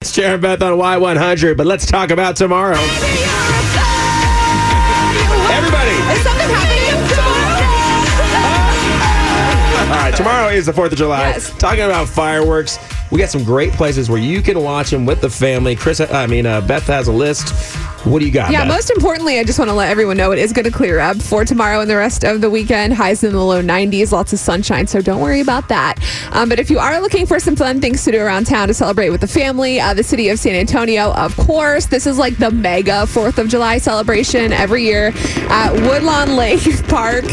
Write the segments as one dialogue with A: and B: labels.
A: It's Sharon Beth on Y100, but let's talk about tomorrow. Everybody!
B: Is something happening tomorrow?
A: All right, tomorrow is the 4th of July.
B: Yes.
A: Talking about fireworks. We got some great places where you can watch them with the family. Chris, I mean, uh, Beth has a list. What do you got?
B: Yeah,
A: Beth?
B: most importantly, I just want to let everyone know it is going to clear up for tomorrow and the rest of the weekend. Highs in the low 90s, lots of sunshine, so don't worry about that. Um, but if you are looking for some fun things to do around town to celebrate with the family, uh, the city of San Antonio, of course, this is like the mega 4th of July celebration every year at Woodlawn Lake Park.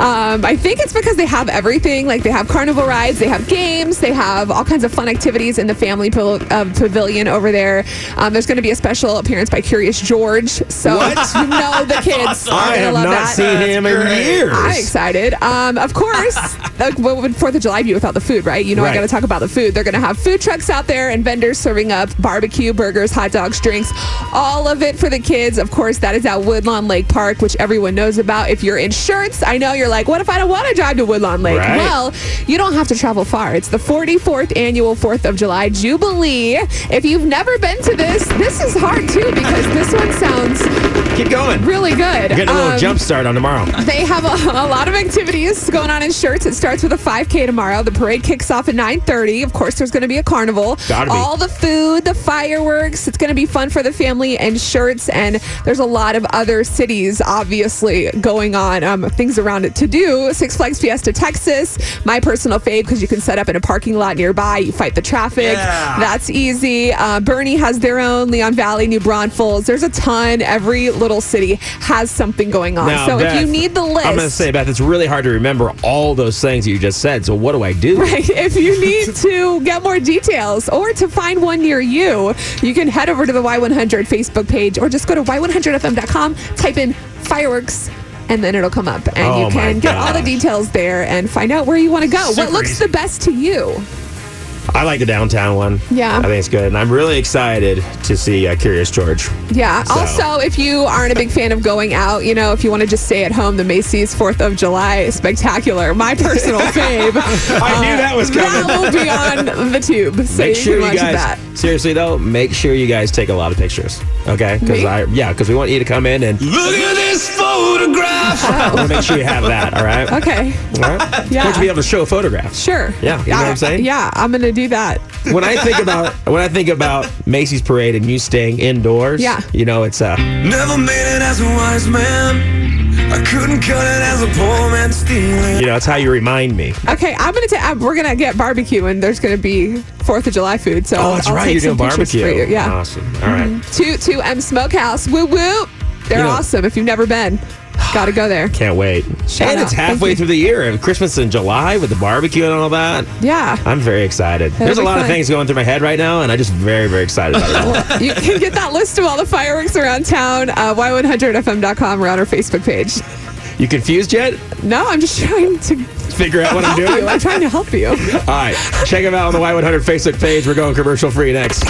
B: Um, I think it's because they have everything. Like they have carnival rides, they have games, they have all kinds of fun activities in the family pil- uh, pavilion over there. Um, there's going to be a special appearance by Curious George. So you know the kids are
A: I
B: going to
A: have
B: love
A: not
B: that.
A: seen him in years.
B: I'm excited. Um, of course, like what would Fourth of July be without the food, right? You know,
A: Right.
B: I got to talk about the food. They're going to have food trucks out there and vendors serving up barbecue, burgers, hot dogs, drinks, all of it for the kids. Of course, that is at Woodlawn Lake Park, which everyone knows about. If you're in shirts, I know you're like, what if I don't want to drive to Woodlawn Lake?
A: Right.
B: Well, you don't have to travel far. It's the 44th annual Fourth of July Jubilee. If you've never been to this, this is hard too because this one sounds
A: Keep going.
B: really good.
A: Getting a little
B: Um,
A: jump start on tomorrow.
B: they have a, a lot of activities going on in shirts. It starts with a 5K tomorrow. The parade kicks off at 9:30. Of course, there's going to be a carnival.
A: Gotta be.
B: All the food, the fireworks. It's going to be fun for the family and shirts. And there's a lot of other cities, obviously, going on um, things around it to do. Six Flags Fiesta Texas, my personal fave because you can set up in a parking lot nearby. You fight the traffic.
A: Yeah.
B: That's easy. Uh, Bernie has their own. Leon Valley, New Braunfels. There's a ton. Every little city has something going on.
A: Now,
B: so
A: Beth,
B: if you need the list,
A: I'm going to say, Beth, it's really hard to remember all those things that you just said. So what do I do?
B: Right. If you need to get more details or to find one near you, you can head over to the Y100 Facebook page or just go to y100fm.com, type in fireworks, and then it'll come up. And
A: Oh,
B: you
A: my
B: can get all the
A: God.
B: details there and find out where you want to go,
C: Super
B: what looks
C: easy.
B: the best to you.
A: I like the downtown one.
B: Yeah.
A: I think it's good. And I'm really excited to see uh, Curious George.
B: Yeah.
A: So-
B: Also, if you aren't a big fan of going out, you know, if you want to just stay at home, the Macy's Fourth of July spectacular, my personal fave. Uh,
A: I knew that was
B: That will be on the tube. So
A: Make sure
B: you can
A: you
B: watch
A: guys.
B: that.
A: Seriously though, make sure you guys take a lot of pictures. Okay, because
B: Me?
A: I yeah, because we want you to come in and
C: Look at this photograph.
A: I want to make sure you have that. All right.
B: Okay.
A: All right.
B: Yeah.
A: I want you to be able to show photographs.
B: Sure.
A: Yeah, you know what I'm
B: I-
A: saying?
B: Yeah, I'm gonna do that.
A: When I think about when I think about Macy's parade and you staying indoors.
B: Yeah.
A: You know it's uh.
C: Never made it as a wise man. I couldn't cut it as a poor man stealing.
A: You know it's how you remind me.
B: Okay, I'm gonna ta- uh, we're gonna get barbecue and there's gonna be Fourth of July food. So
A: Oh, that's
B: I'll
A: right.
B: Take
A: You're doing
B: some pictures
A: barbecue.
B: For you. Yeah, Mm-hmm.
A: Awesome. All right.
B: to to M Smokehouse. Woo woo. They're
A: You know-
B: awesome. If you've never been, gotta go there.
A: Can't wait.
B: Shout
A: and
B: out.
A: it's
B: Thank
A: halfway
B: you.
A: through the year. And Christmas in July with the barbecue and all that.
B: Yeah.
A: I'm very excited. There's a
B: be
A: lot of
B: fun.
A: things going through my head right now, and I'm just very, very excited about it. all.
B: You can get that list of all the fireworks around town, uh, y100fm.com or on our Facebook page.
A: You confused yet?
B: No, I'm just trying to
A: Figure out what I'm
B: help
A: doing?
B: you.
A: All
B: I'm trying to help you.
A: right. Check them out on the Y100 Facebook page. We're going commercial free next.